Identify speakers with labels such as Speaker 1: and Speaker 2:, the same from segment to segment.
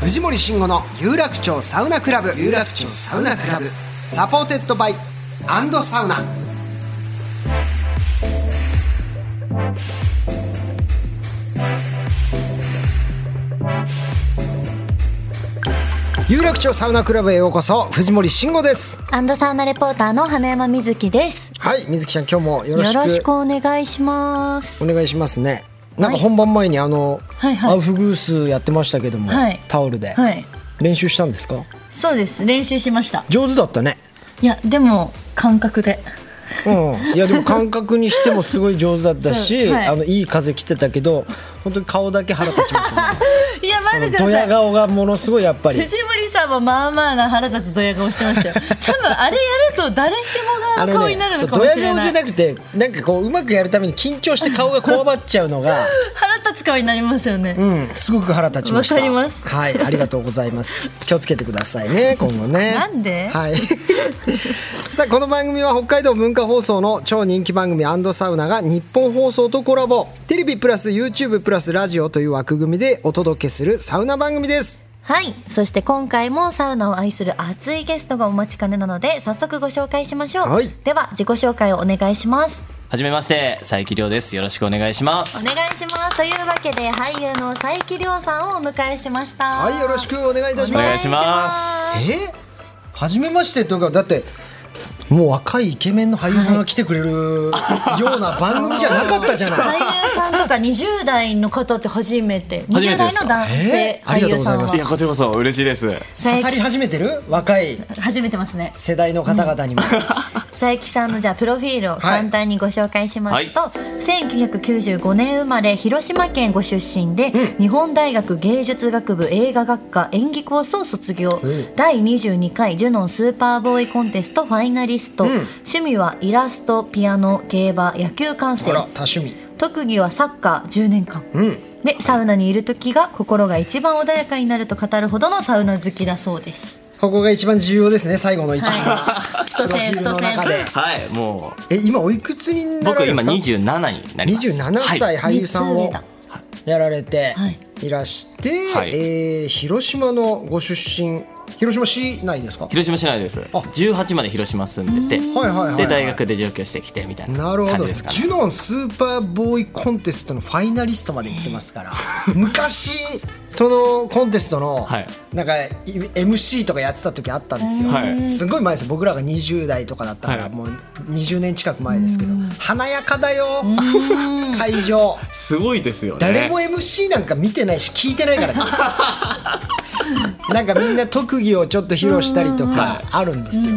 Speaker 1: 藤森慎吾の有楽町サウナクラブ有楽町サウナクラブサポーテッドバイアンドサウナ有楽町サウナクラブへようこそ藤森慎吾です
Speaker 2: アンドサウナレポーターの花山瑞希です。
Speaker 1: はい水木ちゃん今日もよ
Speaker 2: よ
Speaker 1: ろしく
Speaker 2: ろしくお願いします。
Speaker 1: お願いしますねなんか本番前にあの、
Speaker 2: はいはい
Speaker 1: アウフグースやってましたけども、
Speaker 2: はい
Speaker 1: タオルで、
Speaker 2: はい
Speaker 1: 練習したんですか
Speaker 2: そうです。練習しました。
Speaker 1: 上手だったね
Speaker 2: いや、でも感覚で。
Speaker 1: うん、いやでも感覚にしてもすごい上手だったし
Speaker 2: そうはい
Speaker 1: あのいい風来てたけど本当に顔だけ腹立ちましたね
Speaker 2: いや、
Speaker 1: あ
Speaker 2: 待って
Speaker 1: の
Speaker 2: くだ
Speaker 1: ド
Speaker 2: さ
Speaker 1: ヤ
Speaker 2: い。
Speaker 1: 顔がものすごいやっぱり
Speaker 2: 藤森さんもまあまあな腹立つドヤ顔して ましたよ。多分あれやると誰しもがの顔になる
Speaker 1: そ
Speaker 2: の
Speaker 1: う
Speaker 2: か
Speaker 1: ド
Speaker 2: も
Speaker 1: ヤ
Speaker 2: しれ
Speaker 1: 顔
Speaker 2: な
Speaker 1: じ
Speaker 2: い。
Speaker 1: ゃなくてなんかこううまくやるために緊張して顔がこわばっちゃうのが、
Speaker 2: 腹立つ顔になりますよね。
Speaker 1: うん、すごく腹立ちました
Speaker 2: わかります
Speaker 1: はいありがとうございます気をつけてくださいね今後ね
Speaker 2: なんで
Speaker 1: はい さあこの番組は北海道文化放送の超人気番組アンドサウナが日本放送とコラボテレビプラス YouTube プラスラジオという枠組みでお届けするサウナ番組です
Speaker 2: はい。そして今回もサウナを愛する熱いゲストがお待ちかねなので、早速ご紹介しましょう。
Speaker 1: はい
Speaker 2: では、自己紹介をお願いします。
Speaker 3: はじめまして、佐伯亮です。よろしくお願いしま
Speaker 2: お
Speaker 3: す。
Speaker 2: 願いしますというわけで俳優の佐伯亮さんをお迎えしました
Speaker 1: はいよろしくお願いいたし
Speaker 2: お
Speaker 1: ま
Speaker 2: 願
Speaker 1: す
Speaker 2: いします
Speaker 1: え初めましてというかだってもう若いイケメンの俳優さんが来てくれるような番組じゃなかったじゃない
Speaker 2: 俳優さんとか20代の方って初めて
Speaker 3: 初め
Speaker 2: 20
Speaker 3: てで
Speaker 2: 代
Speaker 3: すか
Speaker 2: の男性
Speaker 1: えーあり
Speaker 2: 俳
Speaker 1: がとう
Speaker 2: 優
Speaker 1: ござ
Speaker 2: さ
Speaker 1: い
Speaker 2: んは
Speaker 1: ます
Speaker 4: いや、こちらこそ嬉しいです。
Speaker 1: 刺さり始めてる若い
Speaker 2: 初めてますね
Speaker 1: 世代の方々にも、
Speaker 2: 佐伯さんのじゃあプロフィールを簡単にご紹介しますと、1995年生まれ広島県ご出身で、日本大学芸術学部映画学科演技コースを卒業、
Speaker 1: ん
Speaker 2: 第22回ジュノンスーパーボーイコンテストファイナリスト、趣味はイラストピアノ競馬野球観
Speaker 1: あ
Speaker 2: 戦
Speaker 1: ら多趣味
Speaker 2: 特技はサッカー10年間、
Speaker 1: うん
Speaker 2: でサウナにいる時が心が一番穏やかになると語るほどのサウナ好きだそうです
Speaker 1: ここが一番重要ですね最後の一番、
Speaker 2: 太線
Speaker 1: プロフィールの
Speaker 2: 太
Speaker 1: 中
Speaker 2: 線
Speaker 1: で
Speaker 3: はい、もう、
Speaker 1: え今おいくつになら
Speaker 3: 僕
Speaker 1: れるん
Speaker 3: 今
Speaker 1: ですか
Speaker 3: 27になります。
Speaker 1: 27
Speaker 3: はい。
Speaker 1: 歳俳優さんを
Speaker 2: 三つ上だ
Speaker 1: やられて
Speaker 2: はい
Speaker 1: いらして、
Speaker 3: はい
Speaker 1: えー広島のご出身広島市内ですか
Speaker 3: 広島市内です。18まで広島住んでて、
Speaker 1: はいはいはいはい
Speaker 3: で、大学で上京してきてみたい
Speaker 1: な
Speaker 3: な
Speaker 1: るほ
Speaker 3: 感
Speaker 1: ど、
Speaker 3: じですか
Speaker 1: ジ
Speaker 3: ね。
Speaker 1: ュノンスーパーボーイコンテストのファイナリストまで行ってます から昔そのコンテストの
Speaker 3: はい
Speaker 1: なんかい MC とかやってた時あったんですよ、
Speaker 3: はい
Speaker 1: すごい前ですよ僕らが20代とかだったから、
Speaker 3: はい
Speaker 1: もう20年近く前ですけど華やかだよ 会場
Speaker 3: すごいですよね。
Speaker 1: 誰も MC なんか見てないし聞いてないからねなんかみんな特技をちょっと披露したりとかあるんですよ。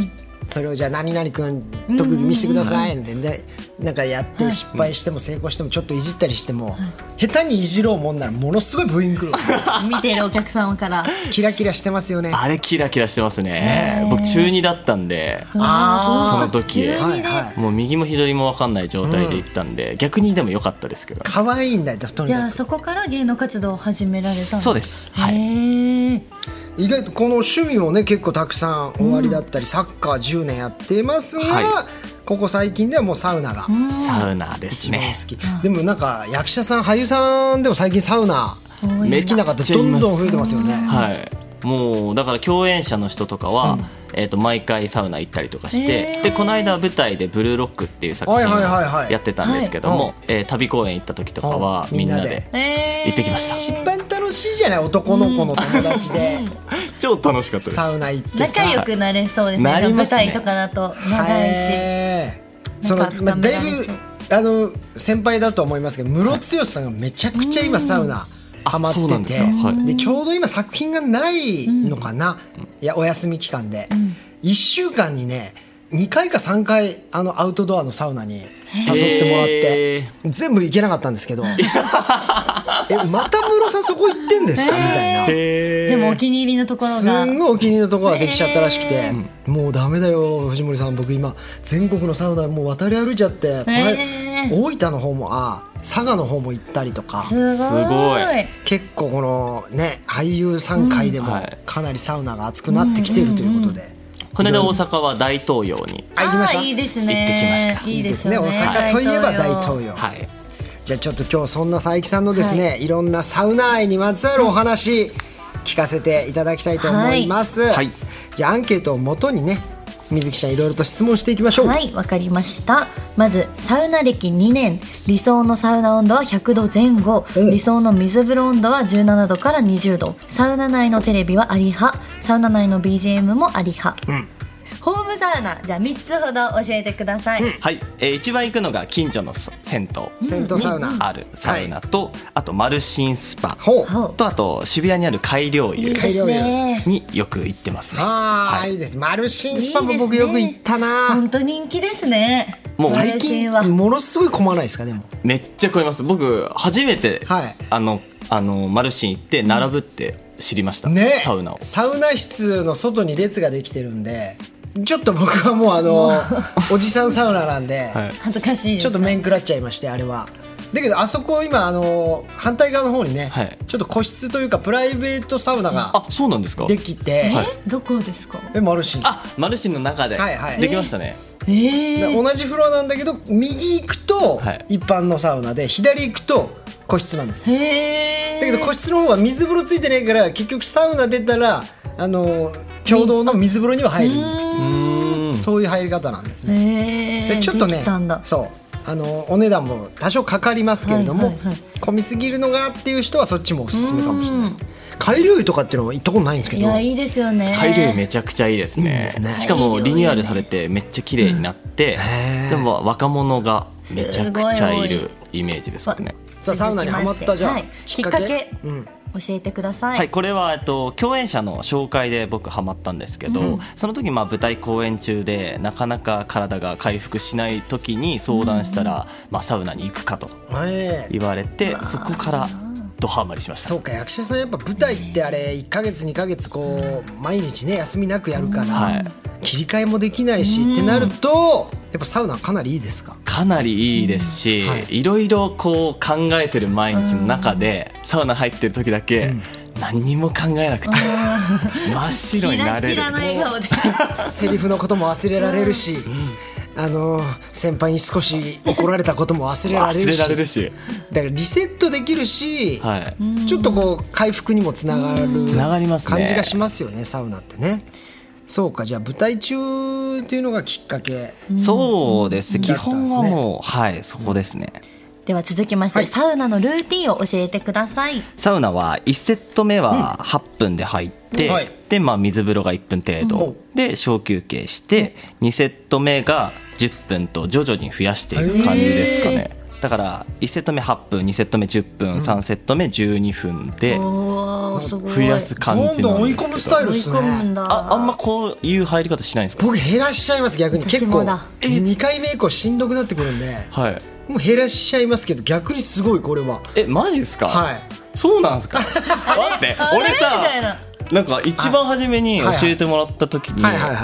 Speaker 1: それをじゃあ何々君特技見せてくださいってでなんかやって失敗しても成功してもちょっといじったりしても下手にいじろうもんならものすごいブーイング来る
Speaker 2: 見ているお客様から
Speaker 1: キラキラしてますよね。
Speaker 3: あれキラキラしてますね。僕中2だったんで、その時、
Speaker 1: はいはい
Speaker 3: もう右も左も分かんない状態で行ったんで、逆にでも良かったですけど。
Speaker 1: 可愛いんだよとに
Speaker 2: じゃ
Speaker 1: か
Speaker 2: あ
Speaker 1: く
Speaker 2: そこから芸能活動を始められた
Speaker 3: そうですす。はい。
Speaker 2: へえ
Speaker 1: 意外とこの趣味もね結構たくさん終わりだったり、サッカー10年やってますが、
Speaker 3: はい
Speaker 1: ここ最近ではもうサウナが
Speaker 3: サウナです
Speaker 1: 一番
Speaker 3: ね。
Speaker 1: 好き、でもなんか役者さん俳優さんでも最近サウナ
Speaker 2: 多い
Speaker 1: 好
Speaker 2: な
Speaker 1: きな方
Speaker 3: めっちゃ
Speaker 1: ど
Speaker 3: い
Speaker 1: ん
Speaker 3: ます
Speaker 1: どん増えてますよね、
Speaker 3: はい、もうだから共演者の人とかは、えー、と毎回サウナ行ったりとかして、
Speaker 2: へー
Speaker 3: でこの間舞台で「ブルーロック」っていう作品
Speaker 1: はいはいはいは
Speaker 3: を
Speaker 1: い
Speaker 3: やってたんですけど
Speaker 1: は
Speaker 3: も、えー旅公演行った時とかは
Speaker 1: はい
Speaker 3: みんな
Speaker 1: みんな
Speaker 3: で
Speaker 1: で
Speaker 2: え
Speaker 3: 行ってきました、
Speaker 1: 一番楽しいじゃない男の子の友達で
Speaker 3: 超楽しかったです
Speaker 1: サウナ行ってさ
Speaker 2: 仲良くなれそうですね
Speaker 3: なりますね
Speaker 2: 舞台とかだと長いし
Speaker 1: へーその
Speaker 2: なんか
Speaker 1: まあ
Speaker 2: 深め
Speaker 1: だい
Speaker 2: られそう
Speaker 1: ぶあの先輩だと思いますけどムロツヨシさんがめちゃくちゃ今サウナハマっ
Speaker 3: そうな
Speaker 1: て
Speaker 3: んで
Speaker 1: て
Speaker 3: すかはい
Speaker 1: でちょうど今作品がないのかな、いやお休み期間で、一1週間にね2回か3回あのアウトドアのサウナに誘ってもらって、
Speaker 3: へ
Speaker 1: 全部行けなかったんですけ どえまた室さんそこ行ってんですかみたいな。
Speaker 2: でもお気に入りのところ
Speaker 1: す
Speaker 2: が
Speaker 1: んごいお気に入りのところができちゃったらしくて、もうダメだよ藤森さん僕今全国のサウナもう渡り歩いちゃって、この間
Speaker 2: へー
Speaker 1: 大分の方もあ佐賀の方も行ったりとか
Speaker 2: すごい
Speaker 3: すごい
Speaker 1: 結構このね俳優さん界で
Speaker 3: うん
Speaker 1: も
Speaker 3: はい
Speaker 1: かなりサウナが熱くなってきてるということで、
Speaker 3: この間大阪は大東洋に
Speaker 1: あ行きました
Speaker 2: あーいいですね
Speaker 3: 行ってきました
Speaker 2: いいです
Speaker 1: ね
Speaker 2: よね
Speaker 1: 大阪といえば大東洋、
Speaker 3: はい
Speaker 1: じゃあちょっと今日そんな佐伯さんのですね、い、ろんなサウナ愛にまつわるお話聞かせていただきたいと思います、
Speaker 3: いはい
Speaker 1: じゃあアンケートをもとにね水木ちゃんいろいろと質問していきましょう、
Speaker 2: はいわかりましたまずサウナ歴2年理想のサウナ温度は100度前後理想の水風呂温度は17度から20度サウナ内のテレビはあり派サウナ内の BGM もあり派、ホームサウナじゃあ3つほど教えてください、
Speaker 3: はい、えー一番行くのが近所のそ銭湯
Speaker 1: 銭湯サウナ
Speaker 3: にあるサウナと、あとマルシンスパ
Speaker 1: ほう
Speaker 2: ほう
Speaker 3: とあと渋谷にある改良
Speaker 2: いい
Speaker 3: 湯
Speaker 2: ですね
Speaker 3: によく行ってますね
Speaker 1: あー、、
Speaker 3: はい
Speaker 1: い
Speaker 3: い、
Speaker 1: ですマルシンスパも僕
Speaker 2: いいで
Speaker 1: よ
Speaker 2: す
Speaker 1: く
Speaker 2: ね
Speaker 1: 行ったな
Speaker 2: 本当人気ですね
Speaker 3: もう
Speaker 1: 最
Speaker 2: 最
Speaker 1: 近
Speaker 2: 近は
Speaker 1: ものすごい混まないですかでも
Speaker 3: めっちゃ超えます僕初めて、
Speaker 1: はい
Speaker 3: あのあのマルシン行って並ぶって知りました、
Speaker 1: ね
Speaker 3: サウナを
Speaker 1: サウナ室の外に列ができてるんでちょっと僕はもうあのおじさんサウナなんで、
Speaker 3: はい
Speaker 2: 恥ずかしい
Speaker 1: ちょっと面食らっちゃいましてあれはだけどあそこ今あの反対側の方にね、
Speaker 3: はい
Speaker 1: ちょっと個室というかプライベートサウナが
Speaker 3: あそうなんですか
Speaker 1: できて、
Speaker 3: はい
Speaker 2: えどこですか
Speaker 1: でマルシン
Speaker 3: あマルシンの中で、
Speaker 1: はいはい
Speaker 3: できましたね、
Speaker 2: えー
Speaker 1: 同じフロアなんだけど右行くと
Speaker 3: はい
Speaker 1: 一般のサウナで左行くと個室なんですよ
Speaker 2: へ
Speaker 1: だけど個室の方は水風呂ついてないから結局サウナ出たらあの共同の水風呂には入りに行く
Speaker 3: うーん
Speaker 1: そういう入り方なんですね
Speaker 2: へ
Speaker 1: で
Speaker 2: え
Speaker 1: ちょっと
Speaker 2: で
Speaker 1: ね
Speaker 2: きたんだ
Speaker 1: そうあのお値段も多少かかりますけれども、
Speaker 2: はいはいはい
Speaker 1: 混みすぎるのがっていう人はそっちもおすすめかもしれないです改良湯とかっていうのは行ったことないんですけ
Speaker 2: い
Speaker 1: ど
Speaker 2: やいいですよね
Speaker 3: 改良湯めちゃくちゃいいですね
Speaker 1: いいですね
Speaker 3: しかもリニューアルされてめっちゃ綺麗になって、
Speaker 1: へー
Speaker 3: でも若者がめちゃくちゃい
Speaker 2: すごい
Speaker 3: るイメージですかね
Speaker 1: さあサウナにハマったじゃん、
Speaker 2: はいきっかけ
Speaker 1: うん、
Speaker 2: 教えてください、
Speaker 3: はい、これは、えっと、共演者の紹介で僕ハマったんですけど、その時まあ舞台公演中でなかなか体が回復しない時に相談したら、まあ、サウナに行くかと
Speaker 1: ええ
Speaker 3: 言われてそこからドハマりしました
Speaker 1: そうか役者さんやっぱ舞台ってあれ1か月2か月こう毎日ね休みなくやるから、
Speaker 3: はい
Speaker 1: 切り替えもできないし、ってなるとやっぱサウナかなりいいですか
Speaker 3: かなりいいですし、、
Speaker 1: はい
Speaker 3: ろいろこう考えてる毎日の中で、サウナ入ってる時だけ、何にも考えなくて 真っ白になれる
Speaker 2: キラキラの笑顔で
Speaker 1: セリフのことも忘れられるし、あの先輩に少し怒られたことも忘れられ
Speaker 3: 忘
Speaker 1: る
Speaker 3: れ
Speaker 1: し
Speaker 3: られるし、
Speaker 1: だからリセットできるし、
Speaker 3: はい、
Speaker 1: ちょっとこう回復にもつながる
Speaker 3: つながりますね
Speaker 1: 感じがしますよねサウナってねそうかじゃあ舞台中っていうのがきっかけ
Speaker 3: そうです
Speaker 1: だ
Speaker 3: 基
Speaker 1: ったんですね
Speaker 3: 本はもう、はいそこですね、
Speaker 2: では続きまして、
Speaker 1: はい
Speaker 2: サウナのルーティンを教えてください
Speaker 3: サウナは1セット目は8分で入って、
Speaker 1: はい
Speaker 3: でまあ、水風呂が1分程度、
Speaker 1: うん
Speaker 3: で小休憩して2セット目が10分と徐々に増やしていく感じですかね、だから1セット目8分2セット目10分、3セット目12分で
Speaker 2: おーすごい
Speaker 3: 増やす感
Speaker 1: どん
Speaker 3: じ
Speaker 1: ど
Speaker 3: なんん
Speaker 1: 追い
Speaker 3: です
Speaker 1: 込む
Speaker 3: け
Speaker 1: ス
Speaker 3: ど
Speaker 1: タイル
Speaker 2: 追
Speaker 1: で
Speaker 2: い
Speaker 1: す
Speaker 2: 込むん
Speaker 1: ね
Speaker 2: だ
Speaker 3: ああんまこういう入り方しないんですか
Speaker 1: 僕減らしちゃいます逆に結
Speaker 2: 私
Speaker 1: 構
Speaker 2: もだ
Speaker 1: 2回目以降しんどくなってくるんで
Speaker 3: はい
Speaker 1: もう減らしちゃいますけど逆にすごいこれは
Speaker 3: えマジですか、
Speaker 1: はい
Speaker 3: そうなんで すか待って
Speaker 2: あれ
Speaker 3: 俺
Speaker 2: みたいな
Speaker 3: さなんか一番初めに教えてもらった時に
Speaker 1: はいはいはい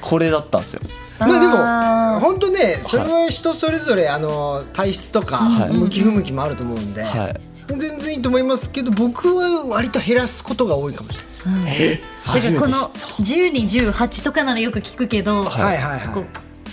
Speaker 3: これだったんですよ
Speaker 1: まあで
Speaker 2: あ
Speaker 1: も
Speaker 2: ー
Speaker 1: 本当ねそれは人それぞれあの体質とか
Speaker 3: はい
Speaker 1: 向き不向きもあると思うんで、
Speaker 3: はい
Speaker 1: 全然いいと思いますけど僕は割と減らすことが多いかもしれない
Speaker 3: え
Speaker 2: だか
Speaker 3: 初
Speaker 2: ら
Speaker 3: め
Speaker 2: こ
Speaker 3: て
Speaker 2: の
Speaker 3: 知っ
Speaker 2: 1218とかならよく聞くけど、
Speaker 3: は
Speaker 1: はい
Speaker 3: い
Speaker 1: はいは
Speaker 2: こ
Speaker 1: い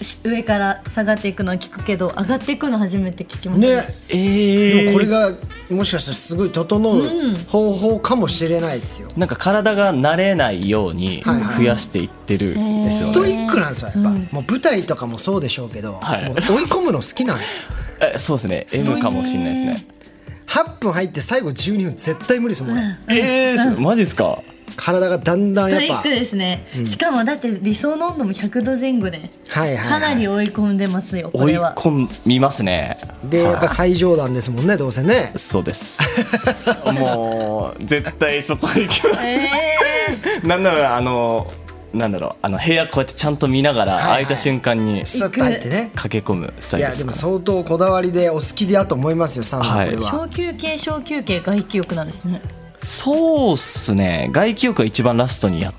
Speaker 1: う
Speaker 2: し上から下がっていくのは聞くけど上がっていくの初めて聞きました
Speaker 1: ね、
Speaker 3: ええ
Speaker 1: でもこれがもしかしたらすごい整う方法かもしれないですよ、
Speaker 3: なんか体が慣れないように
Speaker 1: はいはい
Speaker 3: 増やしていってるんですよ
Speaker 1: ス
Speaker 3: ね、
Speaker 1: トイックなんですよやっぱ、もう舞台とかもそうでしょうけど、
Speaker 3: はい
Speaker 1: もう追い込むの好きなんですよ
Speaker 3: えそうですね
Speaker 1: トイッ
Speaker 3: M
Speaker 1: ク
Speaker 3: かもしれないですね
Speaker 1: 8分入って最後12分絶対無理ですもん、ね
Speaker 3: えー、マジですか
Speaker 1: 体がだんだん
Speaker 2: ス
Speaker 1: や
Speaker 2: ト
Speaker 1: っ
Speaker 2: イッ
Speaker 1: ぱ
Speaker 2: クですね、しかもだって理想の温度も100度前後で
Speaker 1: はいは
Speaker 2: か
Speaker 1: い、
Speaker 2: なり
Speaker 1: は
Speaker 2: 追い込んでますよこ
Speaker 3: 追い
Speaker 2: れは
Speaker 3: 込みますね
Speaker 1: い、でやっぱ最上段ですもんねどうせね
Speaker 3: そうです もう絶対そこ行きます
Speaker 2: えー
Speaker 3: なんならあのなんだろうあの部屋こうやってちゃんと見ながら
Speaker 1: はいはい
Speaker 3: 開いた瞬間に
Speaker 1: スッと入ってね
Speaker 3: 駆け込むスタ
Speaker 1: い
Speaker 3: イル
Speaker 1: や
Speaker 3: で
Speaker 1: ですも
Speaker 3: か
Speaker 1: 相当こだわりでお好きだと思いますよサウナこれは、
Speaker 2: 小休憩小休憩外気浴なんですね
Speaker 3: そうっすね外気浴が一番ラストにやっ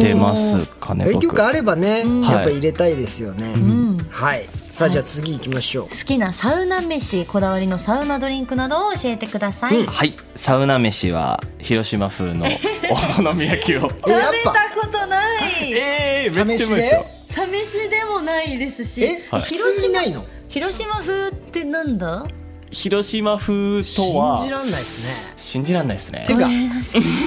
Speaker 3: てますかね
Speaker 1: 影響
Speaker 3: 僕
Speaker 1: 力あればね、
Speaker 3: はい
Speaker 1: やっぱ入れたいですよね。
Speaker 2: ん
Speaker 1: はい。さあじゃあ次行きましょう。
Speaker 2: 好きなサウナ飯こだわりのサウナドリンクなどを教えてください、
Speaker 3: はいサウナ飯は広島風のお好み焼きを
Speaker 1: えやっ
Speaker 2: 食べた
Speaker 1: ぱ
Speaker 2: ことない
Speaker 3: ええ
Speaker 1: サ
Speaker 3: ー、め
Speaker 1: メ
Speaker 3: っちゃう
Speaker 1: シ
Speaker 3: まいです
Speaker 1: で
Speaker 3: よ？
Speaker 2: サ飯でもないですし
Speaker 1: え、普通にないの？
Speaker 2: 広島風ってなんだ
Speaker 3: 広島風とは
Speaker 1: 信じらんないですね。
Speaker 3: 信じらんないですね
Speaker 1: てか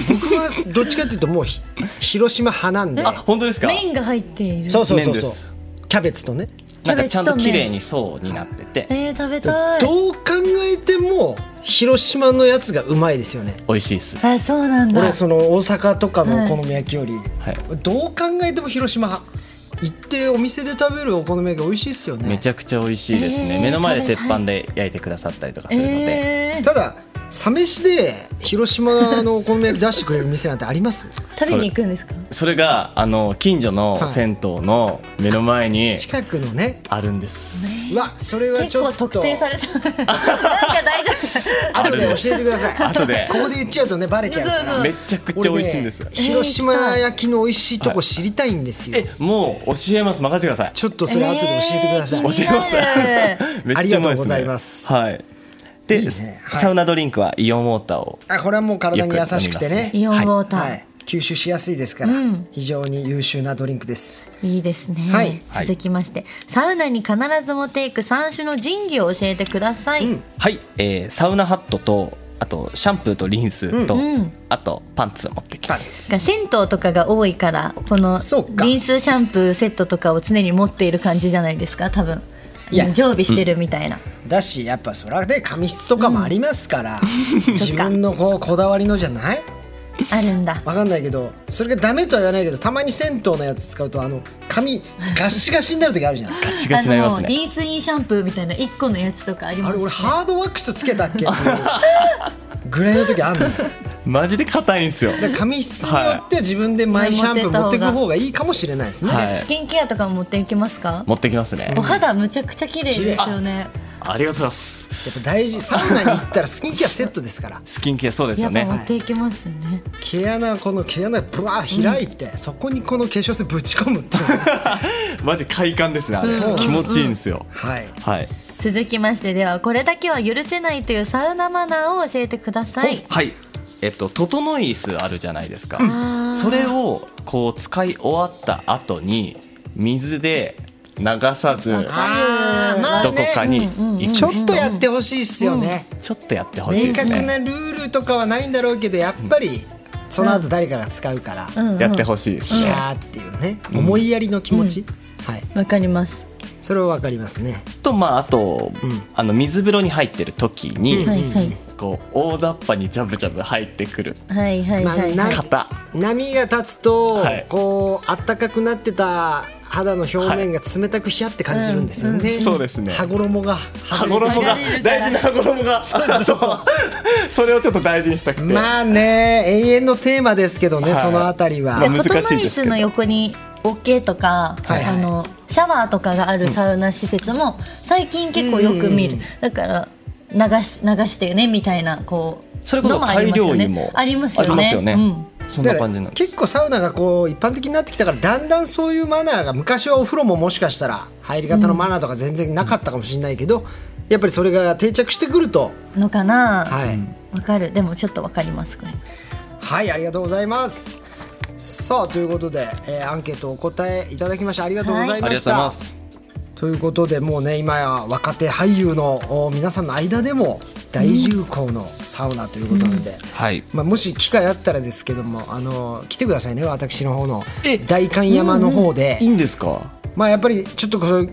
Speaker 1: 僕はどっちかっていうともうひ広島派なんで。
Speaker 3: あ本当ですか
Speaker 2: 麺が入っている
Speaker 1: そうそうそう
Speaker 3: 麺
Speaker 1: そ
Speaker 3: で
Speaker 1: う
Speaker 3: す。
Speaker 1: キャベツとね。
Speaker 3: なんかちゃんと綺麗に層になってて
Speaker 2: えー、食べたい
Speaker 1: どう考えても広島のやつがうまいですよね。
Speaker 3: 美味しいです
Speaker 2: あそうなんだ
Speaker 1: 俺その大阪とかのお好み焼きより、
Speaker 3: はい
Speaker 1: どう考えても広島派。行ってお店で食べるお好み焼き美味しいですよね。
Speaker 3: めちゃくちゃ美味しいですね、
Speaker 2: えー
Speaker 3: 目の前で鉄板で焼いてくださったりとかするので、
Speaker 2: えー
Speaker 1: ただサ飯で広島のお好み焼き出してくれる店なんてあります
Speaker 2: 食べに行くんですか
Speaker 3: それがあの近所の
Speaker 1: はい
Speaker 3: 銭湯の目の前に
Speaker 1: 近くのね
Speaker 3: あるんです、
Speaker 1: うわそれはち
Speaker 2: 結
Speaker 1: ょ
Speaker 2: 構
Speaker 1: っと
Speaker 2: 特定されそう なんか大丈夫
Speaker 1: 後で教えてください
Speaker 3: 後で
Speaker 1: ここで言っちゃうとねバレちゃうから
Speaker 3: めちゃくちゃ美味しいんです、
Speaker 1: 俺ね広島焼きの美味しいとこ知りたいんですよ、
Speaker 3: えもう教えます任せてください
Speaker 1: ちょっとそれ後で教えてください、
Speaker 2: えー
Speaker 3: 教えます めっちゃうまいですね
Speaker 1: ありがとうございます
Speaker 3: はいで
Speaker 1: いいねはい
Speaker 3: サウナドリンクはイオンウォーターを
Speaker 1: あこれはもう体に優しくてね
Speaker 2: イオンウォーター、
Speaker 1: はい、吸収しやすいですから、
Speaker 2: うん
Speaker 1: 非常に優秀なドリンクです
Speaker 2: いいですね、
Speaker 1: はい
Speaker 2: 続きましてサウナに必ず持っていく三種の神器を教えてください、
Speaker 1: うん
Speaker 3: はい、えーサウナハットとあとシャンプーとリンスと、
Speaker 2: うん
Speaker 3: あとパンツを持ってきます
Speaker 2: が銭湯とかが多いからこの
Speaker 1: そうか
Speaker 2: リンスシャンプーセットとかを常に持っている感じじゃないですか多分
Speaker 1: いや
Speaker 2: 常備してるみたいな、
Speaker 1: だしやっぱそれで髪質とかもありますから、自分のこうこだわりのじゃない
Speaker 2: あるんだ
Speaker 1: わかんないけどそれがダメとは言わないけどたまに銭湯のやつ使うとあの髪ガッシガシになる時あるじゃ ん
Speaker 3: ガシガシになりま
Speaker 2: あ
Speaker 3: す
Speaker 2: の
Speaker 3: ね
Speaker 2: リンスインシャンプーみたいな一個のやつとかありま
Speaker 1: あ
Speaker 2: す
Speaker 1: れ俺ハードワックスつけたっけっていうぐらいの時あるのよだか
Speaker 3: マジで硬いんですよ
Speaker 1: ら髪質によって自分でマイシャンプー持ってく方がいいかもしれないですね、
Speaker 3: はい
Speaker 2: スキンケアとかも持っていきますか
Speaker 3: 持ってきますね
Speaker 2: お肌むちゃくちゃ綺麗ですよね
Speaker 3: ありがとうございます
Speaker 1: やっぱ大事サウナに行ったらスキンケアセットですから
Speaker 3: スキンケアそうです
Speaker 2: や
Speaker 3: よ
Speaker 2: っぱ
Speaker 3: ね
Speaker 2: 持っていきますよね、
Speaker 1: 毛穴この毛穴ブワー開いて、そこにこの化粧水ぶち込むっていう
Speaker 3: マジ快感ですねあ
Speaker 1: そう
Speaker 3: れ気持ちいいんですよ、
Speaker 1: はい
Speaker 3: はい
Speaker 2: 続きましてではこれだけは許せないというサウナマナーを教えてください
Speaker 3: はいえっと整い椅子あるじゃないですか
Speaker 2: あー
Speaker 3: それをこう使い終わった後に水で流さず
Speaker 1: あーまあ
Speaker 3: どこかに行く
Speaker 1: ちょっとやってほしいっすよね、
Speaker 3: ちょっとやってほしい
Speaker 1: 明
Speaker 3: です
Speaker 1: 確な
Speaker 3: ね
Speaker 1: ルールとかはないんだろうけどやっぱりその後誰かが使うから、
Speaker 2: うんうん
Speaker 3: やってほしいです
Speaker 1: シ
Speaker 3: ね
Speaker 1: ャーっていうね、思いやりの気持ち、はい
Speaker 2: わかります
Speaker 1: それはわかりますね
Speaker 3: とまああと
Speaker 1: うん
Speaker 3: あの水風呂に入ってる時に
Speaker 2: はいはい
Speaker 3: こう大雑把にジャブジャブ入ってくる
Speaker 2: はいはいはいはい、
Speaker 1: まあな
Speaker 3: 方
Speaker 1: 波が立つと、
Speaker 3: はい
Speaker 1: こうあったかくなってた肌の表面が冷たく冷やって感じるんですよね、
Speaker 2: はいうんうん
Speaker 3: そうですね
Speaker 1: 羽衣が
Speaker 3: 羽
Speaker 1: 羽
Speaker 3: 衣が
Speaker 2: 流れるから
Speaker 3: 大事な羽衣がそう
Speaker 1: そうそう
Speaker 3: それをちょっと大事にしたくて
Speaker 1: まあね永遠のテーマですけどね、
Speaker 3: はい
Speaker 1: そのあたりは、
Speaker 3: ま
Speaker 2: で
Speaker 3: あ難しい
Speaker 2: 整
Speaker 3: ですけど
Speaker 2: い椅子の横にオケとか、
Speaker 1: はいはい
Speaker 2: あのシャワーとかがあるサウナ施設も最近結構よく見る、だから流し流してよねみたいなこう
Speaker 3: それこそ
Speaker 2: のもあり
Speaker 3: 改
Speaker 2: ますよ
Speaker 3: 良
Speaker 2: ね
Speaker 3: にも
Speaker 2: ありますよね
Speaker 3: ありますよね、
Speaker 2: うん
Speaker 3: そん
Speaker 1: だ
Speaker 3: な
Speaker 1: から
Speaker 3: 感じなんです
Speaker 1: 結構サウナがこう一般的になってきたからだんだんそういうマナーが昔はお風呂ももしかしたら入り方のマナーとか全然なかったかもしれないけど、やっぱりそれが定着してくると
Speaker 2: のかなわ、
Speaker 1: はい、
Speaker 2: かるでもちょっとわかりますこれ
Speaker 1: はいありがとうございますさあということで、えーアンケートお答えいただきましてありがとうござい
Speaker 3: あ
Speaker 1: ま
Speaker 3: りがとうご
Speaker 1: し
Speaker 3: ざい
Speaker 1: た、
Speaker 3: ます
Speaker 1: ということでもうね今や若手俳優のお皆さんの間でも大流行のサウナということなんで、
Speaker 3: はい
Speaker 1: まあ、もし機会あったらですけどもあの来てくださいね私の方の代官山の方で、
Speaker 3: いいんですか
Speaker 1: まあやっぱりちょっとこう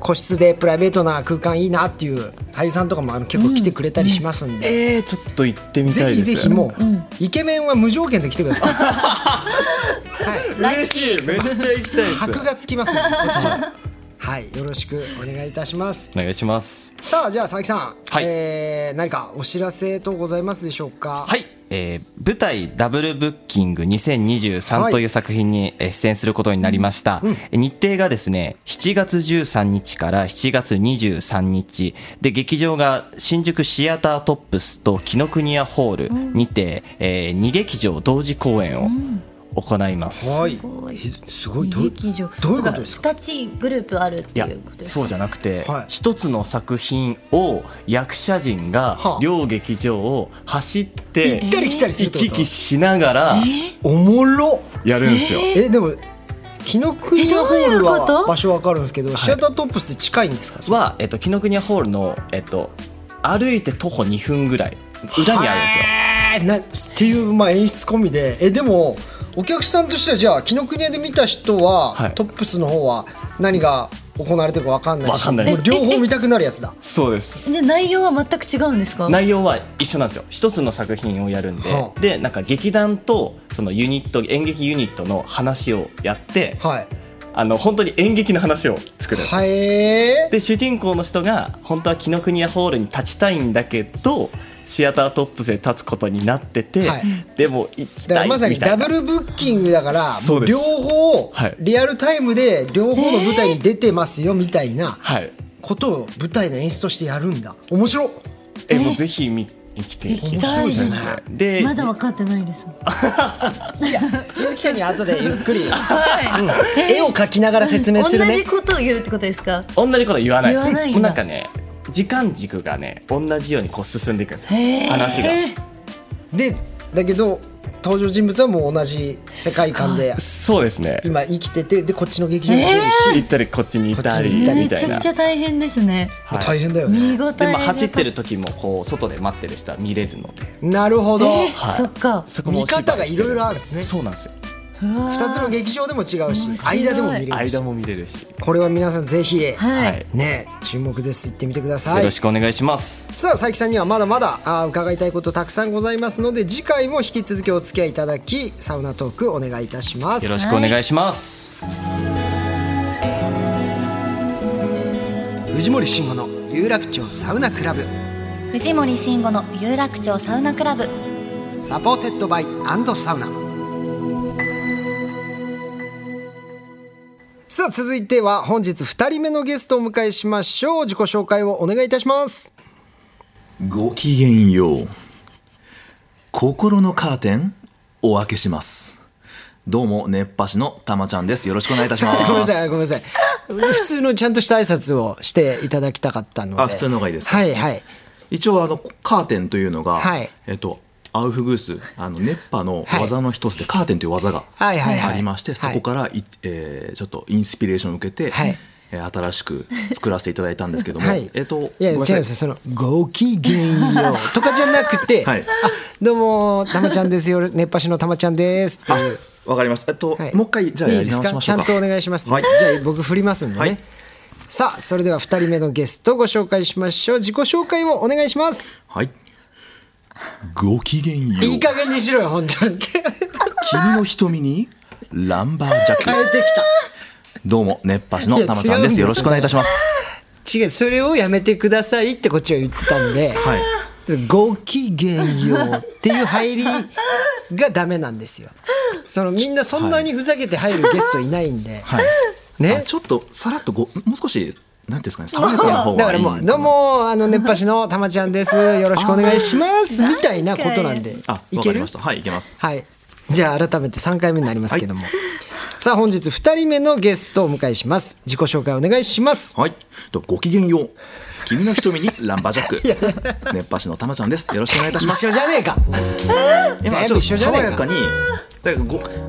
Speaker 1: 個室でプライベートな空間いいなっていう俳優さんとかもあの結構来てくれたりしますんで、
Speaker 3: えー、ちょっと行ってみた
Speaker 1: ぜ
Speaker 3: い
Speaker 1: ひ
Speaker 3: です
Speaker 1: ぜひもう、イケメンは無条件で来てくださいはい
Speaker 3: 嬉しいめっちゃ行きたいです
Speaker 1: 箔がつきますねこっちははいよろしくお願いいたします
Speaker 3: お願いします
Speaker 1: さあじゃあ佐々木さん、
Speaker 3: はい
Speaker 1: えー何かお知らせとございますでしょうか
Speaker 3: はい、えー舞台「ダブルブッキング2023」という作品にえー出演することになりました、えー日程がですね7月13日から7月23日で劇場が新宿シアタートップスと紀ノ国屋ホールにて、え2劇場同時公演を行います、
Speaker 1: はい
Speaker 2: ごい
Speaker 1: えすごいどう
Speaker 2: 劇場
Speaker 1: どういうことですか
Speaker 2: なん二つグループあるって
Speaker 3: いや
Speaker 2: いうことですか
Speaker 3: そうじゃなくて
Speaker 1: はい
Speaker 3: 一、つの作品を役者陣
Speaker 1: はあ
Speaker 3: が両劇場を走って
Speaker 1: 行ったり来たりする
Speaker 3: 行
Speaker 1: ってこと
Speaker 3: き来しながら
Speaker 1: おもろ
Speaker 3: やるんですよ。
Speaker 1: えでも紀ノ国屋ホール
Speaker 2: えどういうこと
Speaker 1: は場所わかるんですけどシアタートップスって近いんですか
Speaker 3: は、えっと、紀ノ国屋ホールの、えっと、歩いて徒歩2分ぐらい裏にあるんですよ。
Speaker 1: えーなっていうまあ演出込みでえでもお客さんとしてはじゃあ紀ノ国屋で見た人は、
Speaker 3: はい
Speaker 1: トップスの方は何が行われてるかわかんないし
Speaker 3: わかんないで
Speaker 1: も
Speaker 3: す
Speaker 1: う両方見たくなるやつだ
Speaker 3: そうです
Speaker 2: で内容は全く違うんですか
Speaker 3: 内容は一緒なんですよ一つの作品をやるんで、
Speaker 1: はあ
Speaker 3: でなんか劇団とそのユニット演劇ユニットの話をやって、
Speaker 1: はい
Speaker 3: あの本当に演劇の話を作るんですよ
Speaker 1: はえー
Speaker 3: で主人公の人が本当は紀ノ国屋ホールに立ちたいんだけどシアタートップスで立つことになってて、
Speaker 1: はい
Speaker 3: でも行
Speaker 1: だ
Speaker 3: き
Speaker 1: か
Speaker 3: た
Speaker 1: ら
Speaker 3: い
Speaker 1: まさに
Speaker 3: みたい
Speaker 1: ダ
Speaker 3: な
Speaker 1: ブルブッキングだから
Speaker 3: そうです
Speaker 1: 両方、
Speaker 3: はい
Speaker 1: リアルタイムで両方の舞台に出てますよみたいな
Speaker 3: はい
Speaker 1: ことを舞台の演出としてやるんだ面白っ
Speaker 3: えもうぜひ見に来て
Speaker 2: 行き
Speaker 1: 面
Speaker 2: た
Speaker 1: 白
Speaker 2: い
Speaker 1: いで
Speaker 2: で
Speaker 1: すす
Speaker 2: ね
Speaker 1: ね
Speaker 3: で
Speaker 2: まだ分かってないです
Speaker 1: 水木ちゃんに後でゆっく り
Speaker 2: はい
Speaker 1: 絵を描きながら説明する
Speaker 2: 同
Speaker 1: ね
Speaker 2: じことを言うってことですか
Speaker 3: 同じこと言わないです
Speaker 2: 言わないんだ
Speaker 3: もうなんかね時間軸がね同じようにこう進んでいくんです
Speaker 2: へー
Speaker 3: よ話が
Speaker 1: でだけど登場人物はもう同じ世界観で
Speaker 3: そうですね
Speaker 1: 今生きててでこっちの劇場に出るし、
Speaker 3: 行ったりこっちにいた
Speaker 1: こっちに
Speaker 3: り
Speaker 1: 行ったり
Speaker 2: め
Speaker 3: み
Speaker 2: ち
Speaker 3: たい
Speaker 2: ゃ
Speaker 3: な
Speaker 2: くちゃ大変ですね
Speaker 3: はい
Speaker 1: 大変だよ
Speaker 2: 見
Speaker 1: ね、
Speaker 2: 事
Speaker 3: で、まあ、走ってる時もこう外で待ってる人は見れるので
Speaker 1: なるほど、
Speaker 3: はい
Speaker 2: そっか
Speaker 3: そこもお芝居
Speaker 1: 見方がいろいろあるんですね
Speaker 3: そうなんですよ
Speaker 1: 2つの劇場でも違うし
Speaker 2: 面白い
Speaker 1: 間でも見れるし
Speaker 3: 間も見れるし
Speaker 1: これは皆さんぜひ、
Speaker 2: はい、
Speaker 3: はい
Speaker 1: ね注目です行ってみてくださ
Speaker 3: よ
Speaker 1: い
Speaker 3: ろしくお願いします
Speaker 1: さあ佐伯さんにはまだまだあー伺いたいことたくさんございますので次回も引き続きお付き合いいただきサウナトークお願いいたします
Speaker 3: よろしくお願いします、
Speaker 1: 藤森慎吾の有楽町サウナクラブ
Speaker 2: 藤森慎吾の有楽町サウナクラブ
Speaker 1: サポーテッドバイサウナさあ続いては本日2人目のゲストをお迎えしましょう自己紹介をお願いいたします
Speaker 4: ごきげんよう心のカーテンお開けしますどうも熱波師のたまちゃんですよろしくお願いいたします
Speaker 1: ごめんなさいごめんなさい普通のちゃんとした挨拶をしていただきたかったので
Speaker 4: あ普通の方がいいですか
Speaker 1: はいはい
Speaker 4: 一応あのカーテンというのが、
Speaker 1: はい
Speaker 4: えっとアウフグースあの熱波の技の一つで、カーテンという技が
Speaker 1: はいはいはい
Speaker 4: ありまして、そこからい、えーちょっとインスピレーションを受けて、
Speaker 1: はい
Speaker 4: えー新しく作らせていただいたんですけども、
Speaker 1: はい、
Speaker 4: えっと
Speaker 1: いや違うん
Speaker 4: ごめんなさい
Speaker 1: ですよその「ごきげんよう」とかじゃなくて「
Speaker 4: はい
Speaker 1: あどうもたまちゃんですよ熱波師のたまちゃんです」っていう
Speaker 4: あわかりますえっと、
Speaker 1: はい
Speaker 4: もう一回じゃあやり直しましょ
Speaker 1: い
Speaker 4: うか
Speaker 1: いですかちゃんとお願いしますね、
Speaker 4: はい
Speaker 1: じゃあ僕振りますんでね、
Speaker 4: はい
Speaker 1: さあそれでは2人目のゲストご紹介しましょう自己紹介をお願いします
Speaker 4: はいごきげんよう
Speaker 1: いい加減にしろよ本当に変えてき
Speaker 4: 君の瞳にランバージャックどうも熱波師のたまちゃ
Speaker 1: いや違う
Speaker 4: ん
Speaker 1: んで
Speaker 4: で
Speaker 1: す
Speaker 4: す
Speaker 1: よ
Speaker 4: よろしくお願いいたします
Speaker 1: た違うそれをやめてくださいってこっちは言ってたんで、
Speaker 4: はい
Speaker 1: ごきげんようっていう入りがダメなんですよそのみんなそんなにふざけて入るゲストいないんで、
Speaker 4: はい
Speaker 1: ね
Speaker 4: あちょっとさらっとごもう少しなんていうんですかね爽やかな 方
Speaker 1: だか
Speaker 4: が
Speaker 1: ら
Speaker 4: いい
Speaker 1: もう、どうも、あの、熱波師のたまちゃんです。よろしくお願いします。みたいなことなんで。
Speaker 4: あ
Speaker 1: い
Speaker 4: わ
Speaker 1: け
Speaker 4: かり
Speaker 1: る
Speaker 4: ましたはいいけます
Speaker 1: はい。じゃあ、改めて3回目になりますけども。さあ、本日2人目のゲストをお迎えします。自己紹介お願いします。
Speaker 4: はいとごきげんよう君の瞳にランバージャック熱波師のたまちゃんですよろしくお願いいたし
Speaker 1: 一
Speaker 4: ます
Speaker 1: 緒じゃねえか。全
Speaker 4: 今ち
Speaker 1: 部
Speaker 4: ょっと
Speaker 1: 一緒じゃ
Speaker 4: 爽
Speaker 1: ねえ
Speaker 4: やか
Speaker 1: か。
Speaker 4: にだから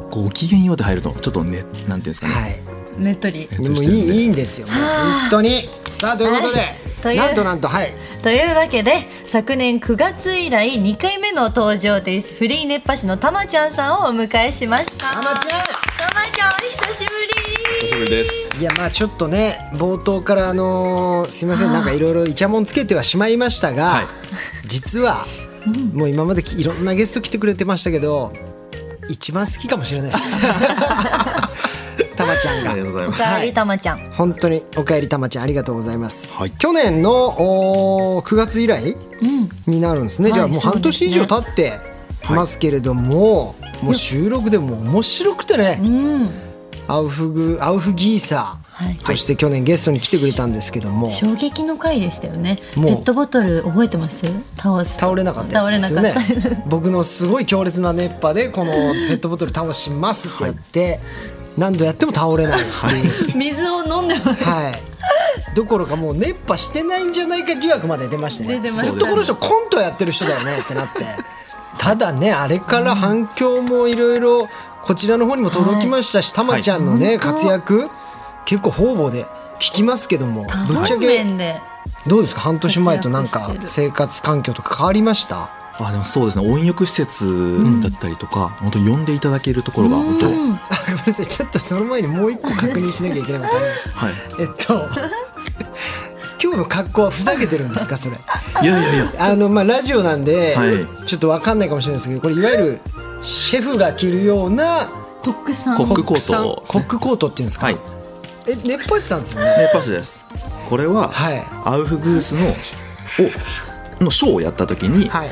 Speaker 4: ごごきげんようって入るとちょっとねなんていうんですかね、
Speaker 1: はい。
Speaker 2: ねっとり
Speaker 1: でもいい、いいんですよ。もう本当に。さあ、ということ
Speaker 2: はとい
Speaker 1: で、
Speaker 2: う
Speaker 1: なんとなんと、はい。
Speaker 2: というわけで昨年9月以来2回目の登場ですフリー熱波師のたまちゃんさんをお迎えしました
Speaker 1: たまちゃん
Speaker 2: たまちゃんお久しぶり
Speaker 4: 久しぶりです
Speaker 1: いやまあちょっとね冒頭からあのーすいませんなんかいろいろイチャモンつけてはしまいましたが、
Speaker 4: はい
Speaker 1: 実はもう今まできいろんなゲスト来てくれてましたけど一番好きかもしれないで すたまちゃんが
Speaker 4: ありがとうございます
Speaker 2: おかえりたまちゃん、
Speaker 1: 本当におかえりたまちゃんありがとうございます、
Speaker 4: はい
Speaker 1: 去年のおー9月以来、になるんですね、
Speaker 2: は
Speaker 1: じ
Speaker 2: い
Speaker 1: ゃあもう半年以上経って、ますけれども、もう収録でも面白くてね、
Speaker 2: うん
Speaker 1: アウフグアウフギーサ
Speaker 2: はい
Speaker 1: ーとして去年ゲストに来てくれたんですけども、
Speaker 2: 衝撃の回でしたよねペ
Speaker 1: もう
Speaker 2: ットボトル覚えてます倒す
Speaker 1: 倒れなかったやつですよね
Speaker 2: 倒れなかっ
Speaker 1: 僕のすごい強烈な熱波でこのペットボトル倒しますってやって、何度やっても倒れないっていう
Speaker 2: た 水を飲んでます
Speaker 1: はい。どころかもう熱波してないんじゃないか疑惑まで出ましてね
Speaker 2: 出てましたね
Speaker 1: ずっとこの人コントやってる人だよねってなってただねあれから反響もいろいろこちらの方にも届きましたし、たまちゃんのね、活躍結構方々で聞きますけどもぶっちゃ
Speaker 2: 正
Speaker 1: け
Speaker 2: 面で
Speaker 1: どうですか半年前となん
Speaker 2: 活
Speaker 1: か
Speaker 2: 躍して
Speaker 1: 生活環境とか変わりました
Speaker 4: あでもそうですね温浴施設だったりとか、本当に呼んでいただけるところが本当、
Speaker 2: うん
Speaker 1: あごめんなさいちょっとその前にもう一個確認しなきゃいけないことありました
Speaker 4: はい
Speaker 1: えっと 今日の格好はふざけてるんですかそれ
Speaker 4: いやいやいや
Speaker 1: あのまあラジオなんで、
Speaker 4: はい
Speaker 1: ちょっとわかんないかもしれないですけどこれいわゆるシェフが着るような
Speaker 2: コックさん
Speaker 4: コックコ
Speaker 1: 国
Speaker 4: ー
Speaker 1: 産
Speaker 4: トを
Speaker 1: コックコートっていうんですか、
Speaker 4: はい
Speaker 1: え熱波師さんですよね
Speaker 4: 熱波師ですこれは、
Speaker 1: はい
Speaker 4: アウフグースのをのショーをやった時に、
Speaker 1: はい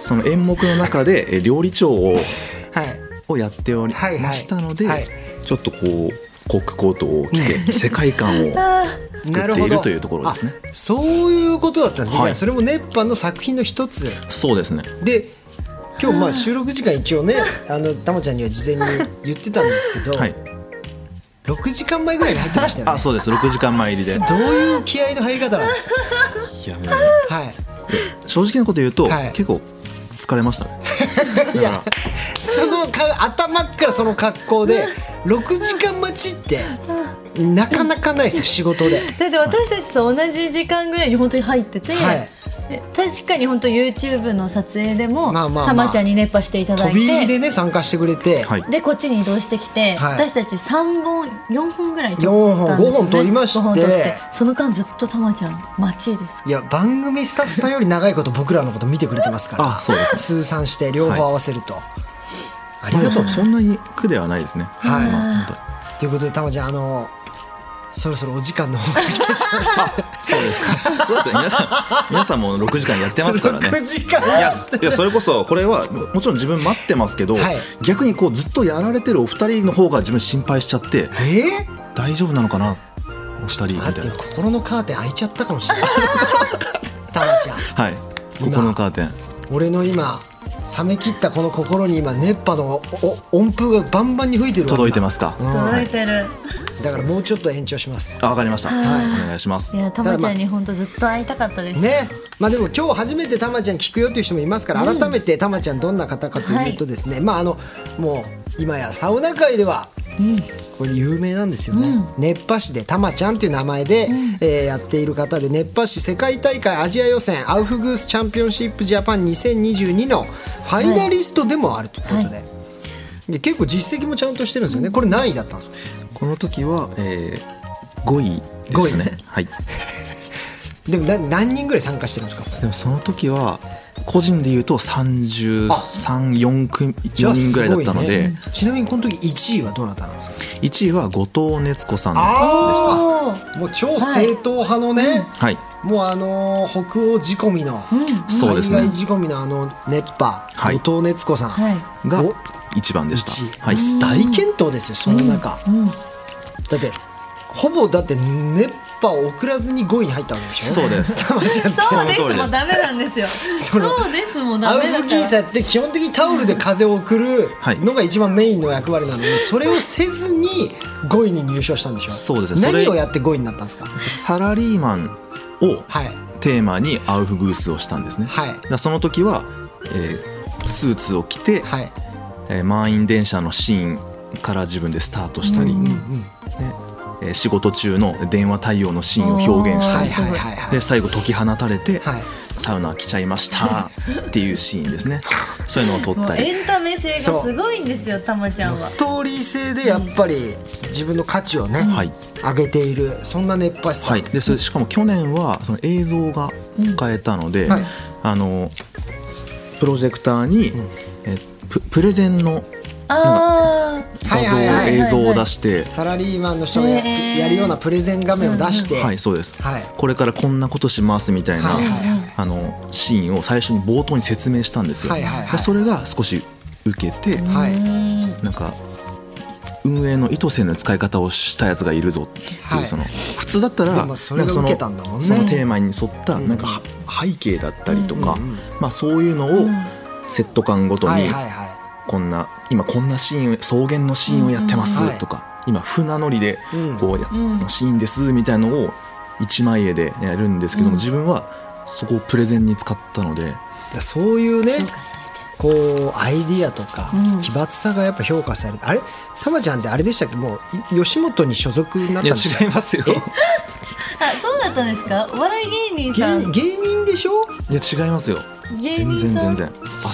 Speaker 4: その演目の中でえ料理長を
Speaker 1: はい
Speaker 4: をやっており
Speaker 1: はいはい
Speaker 4: ましたので、
Speaker 1: はい
Speaker 4: ちょっとこうコックコートを着 て世界観を
Speaker 1: な
Speaker 4: 作っているというところですね
Speaker 1: あそういうことだったんですね、
Speaker 4: はい
Speaker 1: じゃあそれも熱波の作品の一つ
Speaker 4: そうですね
Speaker 1: で今日まあ収録時間一応ねあのたまちゃんには事前に言ってたんですけど、
Speaker 4: はい
Speaker 1: 6時間前ぐらいに入ってましたよ
Speaker 4: あ
Speaker 1: ね
Speaker 4: そうです6時間前入りで
Speaker 1: どういう気合の入り方なんですか
Speaker 4: いやもう
Speaker 1: はい
Speaker 4: 正直なこと言うと、
Speaker 1: はい
Speaker 4: 結構疲れましたねだから
Speaker 1: そのか頭っからその格好で6時間待ちってなかなかないですよ仕事で
Speaker 2: だって私たちと同じ時間ぐらいに本当に入ってて、
Speaker 1: はい
Speaker 2: で確かに本当 YouTube の撮影でも、
Speaker 1: まあまあまあ
Speaker 2: たまちゃんに熱波していただ
Speaker 1: 飛
Speaker 2: い
Speaker 1: び入り
Speaker 2: て
Speaker 1: でね参加してくれて、
Speaker 4: はい
Speaker 2: でこっちに移動してきて、
Speaker 1: はい
Speaker 2: 私たち3本4本ぐらい
Speaker 1: 四
Speaker 2: 撮
Speaker 1: 本
Speaker 2: ったんですよ、ね、
Speaker 1: 五本撮りまして
Speaker 2: 五本撮ってその間ずっとたまちゃん待ちです
Speaker 1: いや番組スタッフさんより長いこと僕らのこと見てくれてますから
Speaker 4: あそうですね
Speaker 1: 通算して両方合わせると、 あり
Speaker 4: まあ
Speaker 1: が
Speaker 4: で
Speaker 1: とう
Speaker 4: もそんなに苦ではないですね
Speaker 1: はい
Speaker 4: まあ本当に
Speaker 1: ということでたまちゃんあのそろそろお時間の方が来てし
Speaker 4: そうですか。そうですね。皆さん、皆さんも6時間やってますから
Speaker 1: ま
Speaker 4: ね
Speaker 1: う。6時間
Speaker 4: いや、いやそれこそ、これはももちろん自分待ってますけど、
Speaker 1: はい
Speaker 4: 逆にこうずっとやられてるお二人の方が自分心配しちゃって、
Speaker 1: え
Speaker 4: 大丈夫なのかな、お二人
Speaker 1: ー、
Speaker 4: みた
Speaker 1: 待って
Speaker 4: いな
Speaker 1: よ。心のカーテン開いちゃったかもし れないたまちゃん
Speaker 4: はい。ここのカーテン。
Speaker 1: 俺の今冷め切ったこの心に今熱波のおお音符がバンバンに吹いてるわ
Speaker 4: 届いてますか
Speaker 1: うん
Speaker 2: 届いてる、
Speaker 1: だからもうちょっと延長します
Speaker 4: あ、わかりました。お願いします
Speaker 2: い、。やたまちゃんに本当ずっと会いたかったです、
Speaker 1: ねまあでも今日初めてたまちゃん聞くよっていう人もいますから改めてたまちゃんどんな方かというとですね、まああのもう今やサウナ界ではこれ有名なんですよね、熱波師でたまちゃんという名前で、えーやっている方で熱波師世界大会アジア予選アウフグースチャンピオンシップジャパン2022のファイナリストでもあるということで,、で結構実績もちゃんとしてるんですよねこれ何位だったんですか
Speaker 4: この時は、えー、5位ですね。はい。
Speaker 1: でもな何人ぐらい参加してるんですか
Speaker 4: でもその時は、個人で言うと33、4組、4人ぐらいだったの
Speaker 1: いや
Speaker 4: で、
Speaker 1: すごいねちなみにこの時1位はどなたなんですか
Speaker 4: 1位は後藤熱子さんでした。
Speaker 2: おー
Speaker 1: もう超正統派のね、
Speaker 4: はい。
Speaker 1: もうあのー北欧仕込みの、
Speaker 4: そうですね
Speaker 1: 海外仕込みのあの熱波、
Speaker 4: はい
Speaker 1: 後藤熱子さん、
Speaker 2: はい
Speaker 4: が
Speaker 1: お
Speaker 4: 一番で
Speaker 1: 一位
Speaker 4: した。はい。
Speaker 1: 大健闘ですよその中、
Speaker 2: うん
Speaker 1: だってほぼだって熱波を送らずに5位に入ったわけでしょ
Speaker 4: そ うです。
Speaker 1: たまちゃんって
Speaker 2: そうですも
Speaker 4: その通りです
Speaker 2: うダメなんで すよそ
Speaker 1: の
Speaker 2: うですもうダ
Speaker 1: アウ
Speaker 2: メだ
Speaker 1: フ
Speaker 2: か
Speaker 1: ギー
Speaker 2: ら
Speaker 1: サって基本的にタオルで風を送る
Speaker 4: はい
Speaker 1: のが一番メインの役割なのにそれをせずに5位に入賞したんでしょ
Speaker 4: そうですねそれ
Speaker 1: 何をやって5位になったんですか
Speaker 4: サラリーマンを
Speaker 1: はい
Speaker 4: テーマにアウフグースをしたんですね。
Speaker 1: はい
Speaker 4: だからその時は、えースーツを着て、
Speaker 1: はい
Speaker 4: えー満員電車のシーンから自分でスタートしたり、でえー仕事中の電話対応のシーンを表現した
Speaker 1: は
Speaker 4: り
Speaker 1: い、はいはいはい
Speaker 4: で最後解き放たれて、
Speaker 1: はい
Speaker 4: サウナ来ちゃいましたっていうシーンですね。そういうのを撮
Speaker 2: も
Speaker 4: っ
Speaker 2: う
Speaker 4: たり。
Speaker 2: エンタメ性がすごいんですよたまちゃんは
Speaker 1: ストーリー性でやっぱり自分の価値をね、
Speaker 4: はい
Speaker 1: 上げているそんな熱波師さん、
Speaker 4: はい、でそれしかも去年はその映像が使えたので、
Speaker 1: んはい
Speaker 4: あのプロジェクターに、えププレゼンの
Speaker 2: あ
Speaker 1: は
Speaker 4: 画
Speaker 1: い
Speaker 4: 像
Speaker 1: はいはい
Speaker 4: 映像を出して
Speaker 1: サラリーマンの人がや,、
Speaker 2: へー
Speaker 1: やるようなプレゼン画面を出して、
Speaker 4: はいそうです、
Speaker 1: はい
Speaker 4: これからこんなことしますみたいな、
Speaker 1: はいはいはい
Speaker 4: あのシーンを最初に冒頭に説明したんですよ、
Speaker 1: はいはいはい
Speaker 4: でそれが少し受けて、
Speaker 1: はい
Speaker 2: あうん
Speaker 4: なんか運営の意図せぬ使い方をしたやつがいるぞっていう、
Speaker 1: はい
Speaker 4: その普通だったら
Speaker 1: でもそれが
Speaker 4: なんかの
Speaker 1: 受けたんだもんね
Speaker 4: そのテーマに沿った
Speaker 1: ん
Speaker 4: なんかは背景だったりとか、
Speaker 1: うんうんうん
Speaker 4: まあ、そういうのをセット感ごと
Speaker 1: は
Speaker 4: に
Speaker 1: いはいは
Speaker 4: こんな今こんなシーン草原のシーンをやってま
Speaker 1: うんうん
Speaker 4: すとか、今船乗りで
Speaker 1: うん
Speaker 4: こうや、のシーンですみたいのを一枚絵でやるんですけども、自分はそこをプレゼンに使ったので
Speaker 1: いそういうね
Speaker 2: 評価されて
Speaker 1: こうアイディアとか
Speaker 2: うん
Speaker 1: 奇抜さがやっぱ評価されて、あれたまちゃんってあれでしたっけもうい吉本に所属になったん
Speaker 4: い
Speaker 1: で
Speaker 4: や
Speaker 1: したっ
Speaker 4: 違いますよ
Speaker 2: あそうだったんですかお笑い芸人
Speaker 1: け
Speaker 2: さ
Speaker 1: 芸
Speaker 2: ん
Speaker 1: 芸人でしょ
Speaker 4: いや違いますよ
Speaker 2: 芸
Speaker 4: 全
Speaker 2: 人
Speaker 4: 然
Speaker 2: さ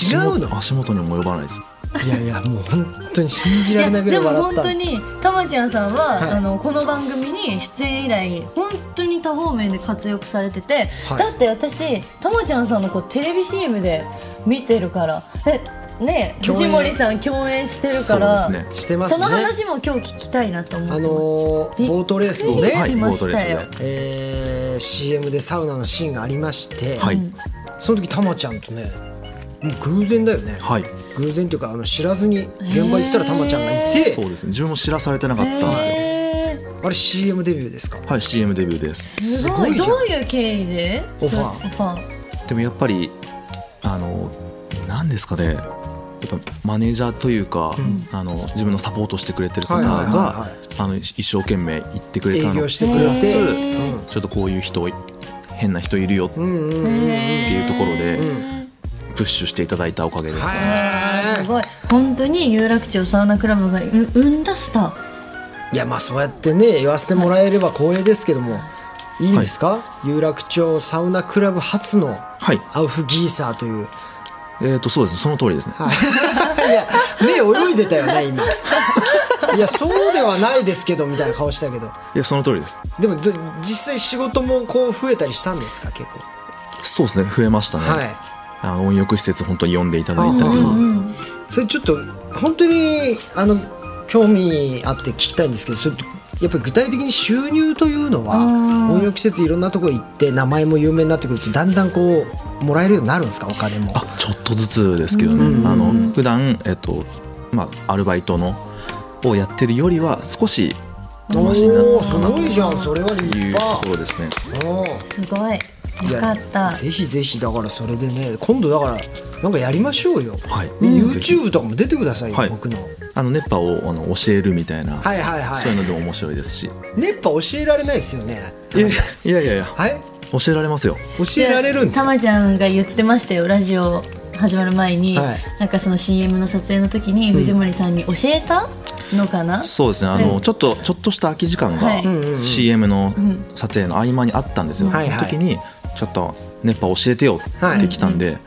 Speaker 4: 全
Speaker 2: ん
Speaker 4: 然
Speaker 1: 違うの
Speaker 4: 足元足元にも及ばないです
Speaker 1: いやいやもう本当に信じ
Speaker 2: い
Speaker 1: られ
Speaker 2: や
Speaker 1: ないぐら
Speaker 2: で
Speaker 1: い
Speaker 2: も
Speaker 1: 笑っ
Speaker 2: 本
Speaker 1: た
Speaker 2: 当にたまちゃんさんは、
Speaker 1: はい
Speaker 2: あのこの番組に出演以来本当に多方面で活躍されてて、
Speaker 1: はい
Speaker 2: だって私たまちゃんさんのこうテレビ CM で見てるからえね
Speaker 1: 共演
Speaker 2: 藤森さん共演してるから
Speaker 4: そうですね
Speaker 1: してますね
Speaker 2: その話も今日聞きたいなと思って
Speaker 1: あ
Speaker 2: ます
Speaker 1: のーボートレースの
Speaker 2: びっくり
Speaker 1: ね、
Speaker 4: はい
Speaker 2: しま
Speaker 4: ボー
Speaker 2: した
Speaker 4: ト
Speaker 2: よ
Speaker 4: レースで
Speaker 1: えー CM でサウナのシーンがありまして、
Speaker 4: はい、
Speaker 1: その時たまちゃんとねもう偶然だよね、
Speaker 4: はい
Speaker 1: 偶然というかあの知らずに現場行ったらたまちゃんがいて、
Speaker 4: そうですね自分も知らされてなかったんですよ、
Speaker 2: へ
Speaker 1: あれ CM デビューですか
Speaker 4: はい CM デビューです
Speaker 2: ーすごい
Speaker 1: すごいじゃん
Speaker 2: どういう経緯で
Speaker 1: オファー
Speaker 2: そうオファー
Speaker 4: でもやっぱりあの何ですかねやっぱマネージャーというか、あの自分のサポートしてくれてる方
Speaker 1: はいはいは
Speaker 4: が
Speaker 1: いはい
Speaker 4: あの一生懸命言ってくれたの
Speaker 1: 営業してく
Speaker 4: プ
Speaker 1: れ
Speaker 4: ラス
Speaker 1: て、
Speaker 2: へ
Speaker 4: ちょっとこういう人変な人いるよって
Speaker 1: うんうんうん
Speaker 4: いうところで、
Speaker 1: う
Speaker 4: プッシュしていただいたおかげですかね、
Speaker 2: あーす
Speaker 1: は
Speaker 2: ごい本当に有楽町サウナクラブがう生んだスター
Speaker 1: いいやまあそうやってね言わせてもらえれば光栄ですけども、い、いんですか、有楽町サウナクラブ初の
Speaker 4: はい
Speaker 1: アウフギーサーという、
Speaker 4: えっ、とそうですねその通りですね、
Speaker 1: い、や目泳いでたよね今いやそうではないですけどみたいな顔したけど
Speaker 4: いやその通りです
Speaker 1: でもど実際仕事もこう増えたりしたんですか結構
Speaker 4: そうですね増えましたね、
Speaker 1: はい
Speaker 4: あの温浴施設本当に呼んでいただいたり、
Speaker 1: それちょっと本当にあの興味あって聞きたいんですけどそれやっぱり具体的に収入というのは温浴施設いろんなとこ行って名前も有名になってくるとだんだんこうもらえるようになるんですかお金も
Speaker 4: あちょっとずつですけどね、あの普段えっとまあアルバイトのをやってるよりは少しマシになっ
Speaker 1: おお
Speaker 4: た
Speaker 1: す
Speaker 4: かな
Speaker 1: ご
Speaker 4: と
Speaker 1: いじゃんそれは立
Speaker 4: いうとこ
Speaker 1: 派
Speaker 4: ろですね
Speaker 1: おー
Speaker 2: すごい
Speaker 1: い
Speaker 2: よ
Speaker 1: や
Speaker 2: かった
Speaker 1: ぜひぜひだからそれでね今度だからなんかやりましょうよ、
Speaker 4: はい
Speaker 1: YouTube とかも出てくださいよ、
Speaker 4: はい
Speaker 1: 僕のは
Speaker 4: あの熱波をあの教えるみたいな、
Speaker 1: いはいは
Speaker 4: そうい
Speaker 1: い
Speaker 4: うのでも面白いですし
Speaker 1: 熱波教えられないですよね
Speaker 4: いやいやいやいや
Speaker 1: はい
Speaker 4: 教えられますよ
Speaker 1: 教えられるんです
Speaker 2: た
Speaker 1: か
Speaker 2: まちゃんが言ってましたよラジオ始まる前に、
Speaker 1: はい
Speaker 2: なんかその CM の撮影の時に藤森さんに教えたのかな、
Speaker 4: そうですねあの、ちょっとちょっとした空き時間
Speaker 2: はいうん
Speaker 1: うんうん
Speaker 4: が CM の撮影の合間にあったんですよ、
Speaker 1: はいはい
Speaker 4: その時にちょっと熱波教えてよってきたんで、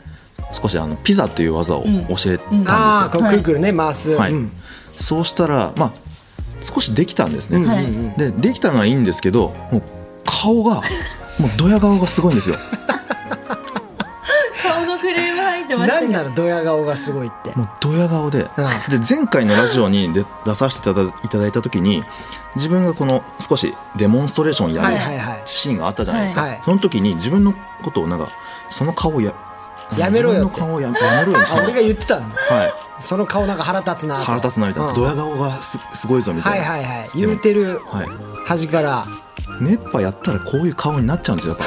Speaker 4: 少しあのピザという技を教えたんですよ、
Speaker 1: ああこうくるくるね回す、
Speaker 4: はい
Speaker 1: うん
Speaker 4: そうしたらまあ少しできたんですね、
Speaker 2: んはい
Speaker 4: でできたのはいいんですけどもう顔がもうドヤ顔がすごいんですよ
Speaker 2: 顔のクレーム入ってました
Speaker 1: な
Speaker 2: け
Speaker 1: ん
Speaker 2: ど
Speaker 1: なのドヤ顔がすごいって
Speaker 4: もうドヤ顔で,、で前回のラジオに出出させていただいただいた時に自分がこの少しデモンストレーションや
Speaker 1: はい
Speaker 4: る
Speaker 1: はいはい
Speaker 4: シーンがあったじゃないですか、
Speaker 1: はいはい
Speaker 4: その時に自分のことをなんかその顔や
Speaker 1: やめろよっ
Speaker 4: 自
Speaker 1: て
Speaker 4: 分の顔ややめろよって
Speaker 1: あ俺が言ってたの
Speaker 4: はい、
Speaker 1: その顔なんか腹立つなと
Speaker 4: 腹立つなみたいな、
Speaker 1: うん
Speaker 4: ドヤ顔がすすごいぞみた
Speaker 1: はいい
Speaker 4: な、
Speaker 1: はいはい言うてる
Speaker 4: はい
Speaker 1: 端から
Speaker 4: 熱波やったらこういう顔になっちゃうんですよやっ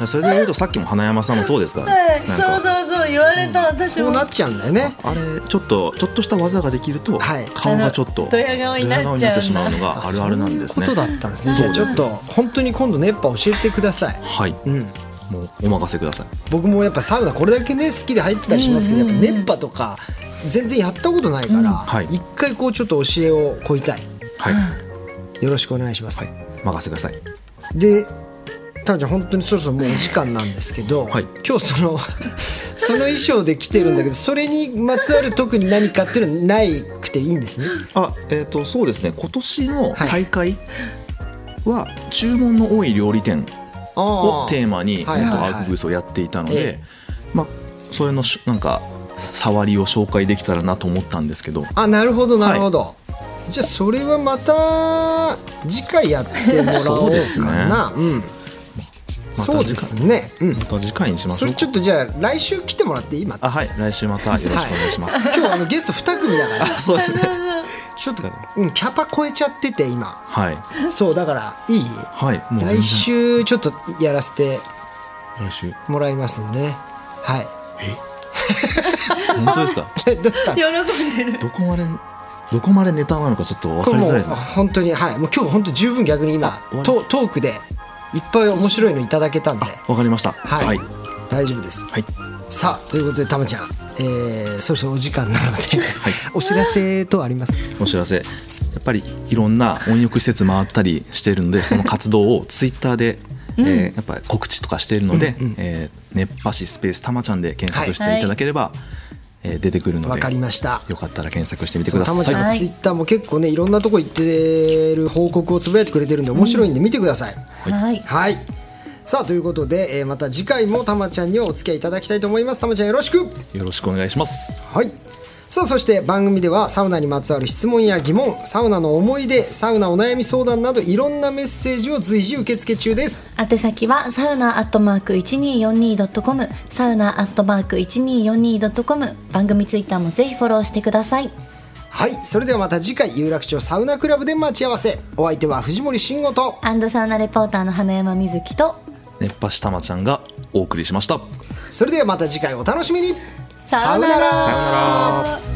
Speaker 4: ぱそれで言うとさっきも花山さんもそうですから、
Speaker 2: はい
Speaker 4: なんか
Speaker 2: そうそうそう言われた私
Speaker 1: そう
Speaker 2: も
Speaker 1: なっちゃうんだよね
Speaker 4: あれちょっとちょっとした技ができると、
Speaker 1: はい
Speaker 4: 顔がちょっと
Speaker 2: ドヤ顔になっちゃうんだ
Speaker 4: ドヤ顔にってしまうのがあるあるなんですね
Speaker 1: そういうことだったんですね
Speaker 4: そ
Speaker 1: じ
Speaker 4: う
Speaker 1: ゃあ
Speaker 4: です
Speaker 1: ちょっと本当に今度熱波教えてください
Speaker 4: はい、
Speaker 1: うん
Speaker 4: もうお任せください
Speaker 1: 僕もやっぱサウナこれだけね好きで入ってたりしますけど、やっぱ熱波とか全然やったことないから、
Speaker 4: はい
Speaker 1: 一回こうちょっと教えをこいたい
Speaker 4: はい
Speaker 1: よろしくお願いします、
Speaker 4: 任せください
Speaker 1: でたまちゃん本当にそろそろもうお時間なんですけど、
Speaker 4: はい
Speaker 1: 今日その その衣装で来てるんだけどそれにまつわる特に何かっていうのはないくていいんですね
Speaker 4: あえっ、とそうですね今年の大会は注文の多い料理店をテーマに
Speaker 1: はいはいはい
Speaker 4: アウフグースをやっていたの
Speaker 1: え
Speaker 4: で、まあ、それのしなんか触りを紹介できたらなと思ったんですけど
Speaker 1: あなるほどなるほど、じゃあそれはまた次回やってもらおう
Speaker 4: そうですね
Speaker 1: かなうんそうですね、うん
Speaker 4: ま、た次回にしまし
Speaker 1: そ
Speaker 4: ょう
Speaker 1: れ
Speaker 4: か
Speaker 1: ちょっとじゃあ来週来てもらっていいまた
Speaker 4: あはい来週またよろしくお願いします、
Speaker 1: 今日あのゲスト2組だから
Speaker 4: あそうですね
Speaker 1: ちょっと、うん、キャパ超えちゃってて今
Speaker 4: はい
Speaker 1: そうだからいい、
Speaker 4: はいもう全然
Speaker 1: 来週ちょっとやらせて
Speaker 4: 来週
Speaker 1: もらいますんでねは
Speaker 4: 本当ですか
Speaker 1: い どうした
Speaker 2: 喜んでる
Speaker 4: どこまでどこまでネタなのかちょっと分かりづらいです
Speaker 1: もう
Speaker 4: ね
Speaker 1: 本当にはいもう今日本当十分逆に今
Speaker 4: 終わり
Speaker 1: トトークでいっぱい面白いのいただけたんで
Speaker 4: わかりました
Speaker 1: はい、
Speaker 4: はい、
Speaker 1: 大丈夫です、
Speaker 4: はい
Speaker 1: さあということでたまちゃん、えー、そろそろお時間なので、 お知らせとはあります
Speaker 4: お知らせやっぱりいろんな温浴施設回ったりしている のでその活動をツイッターで、えーやっぱり告知とかしているので「えー熱波師スペースたまちゃん」で検索していただければ、えー出てくるの
Speaker 1: わ
Speaker 4: で
Speaker 1: かりました
Speaker 4: よかったら検索してみて
Speaker 1: そ
Speaker 4: く
Speaker 1: う
Speaker 4: だ
Speaker 1: たまち
Speaker 4: さい
Speaker 1: ゃん
Speaker 4: は
Speaker 1: の
Speaker 2: はい
Speaker 1: ツイッターも結構ねいろんなとこ行ってる報告をつぶやいてくれてるんで面白いんで見てください、
Speaker 2: はい
Speaker 1: はいさあということで、えーまた次回もたまちゃんにはお付き合いいただきたいと思いますたまちゃんよろしく
Speaker 4: いよろしくお願いします
Speaker 1: はい。さあそして番組ではサウナにまつわる質問や疑問サウナの思い出サウナお悩み相談などいろんなメッセージを随時受付中です
Speaker 2: 宛先はサウナアットマーク 1242.com サウナアットマーク 1242.com 番組ツイッターもぜひフォローしてください
Speaker 1: はいそれではまた次回有楽町サウナクラブで待ち合わせお相手は藤森慎吾と
Speaker 2: アンドサウナレポーターの花山瑞希と
Speaker 4: 熱波師たまちゃんがお送りしました
Speaker 1: それではまた次回お楽しみに
Speaker 2: さようなら
Speaker 1: う
Speaker 2: さようなら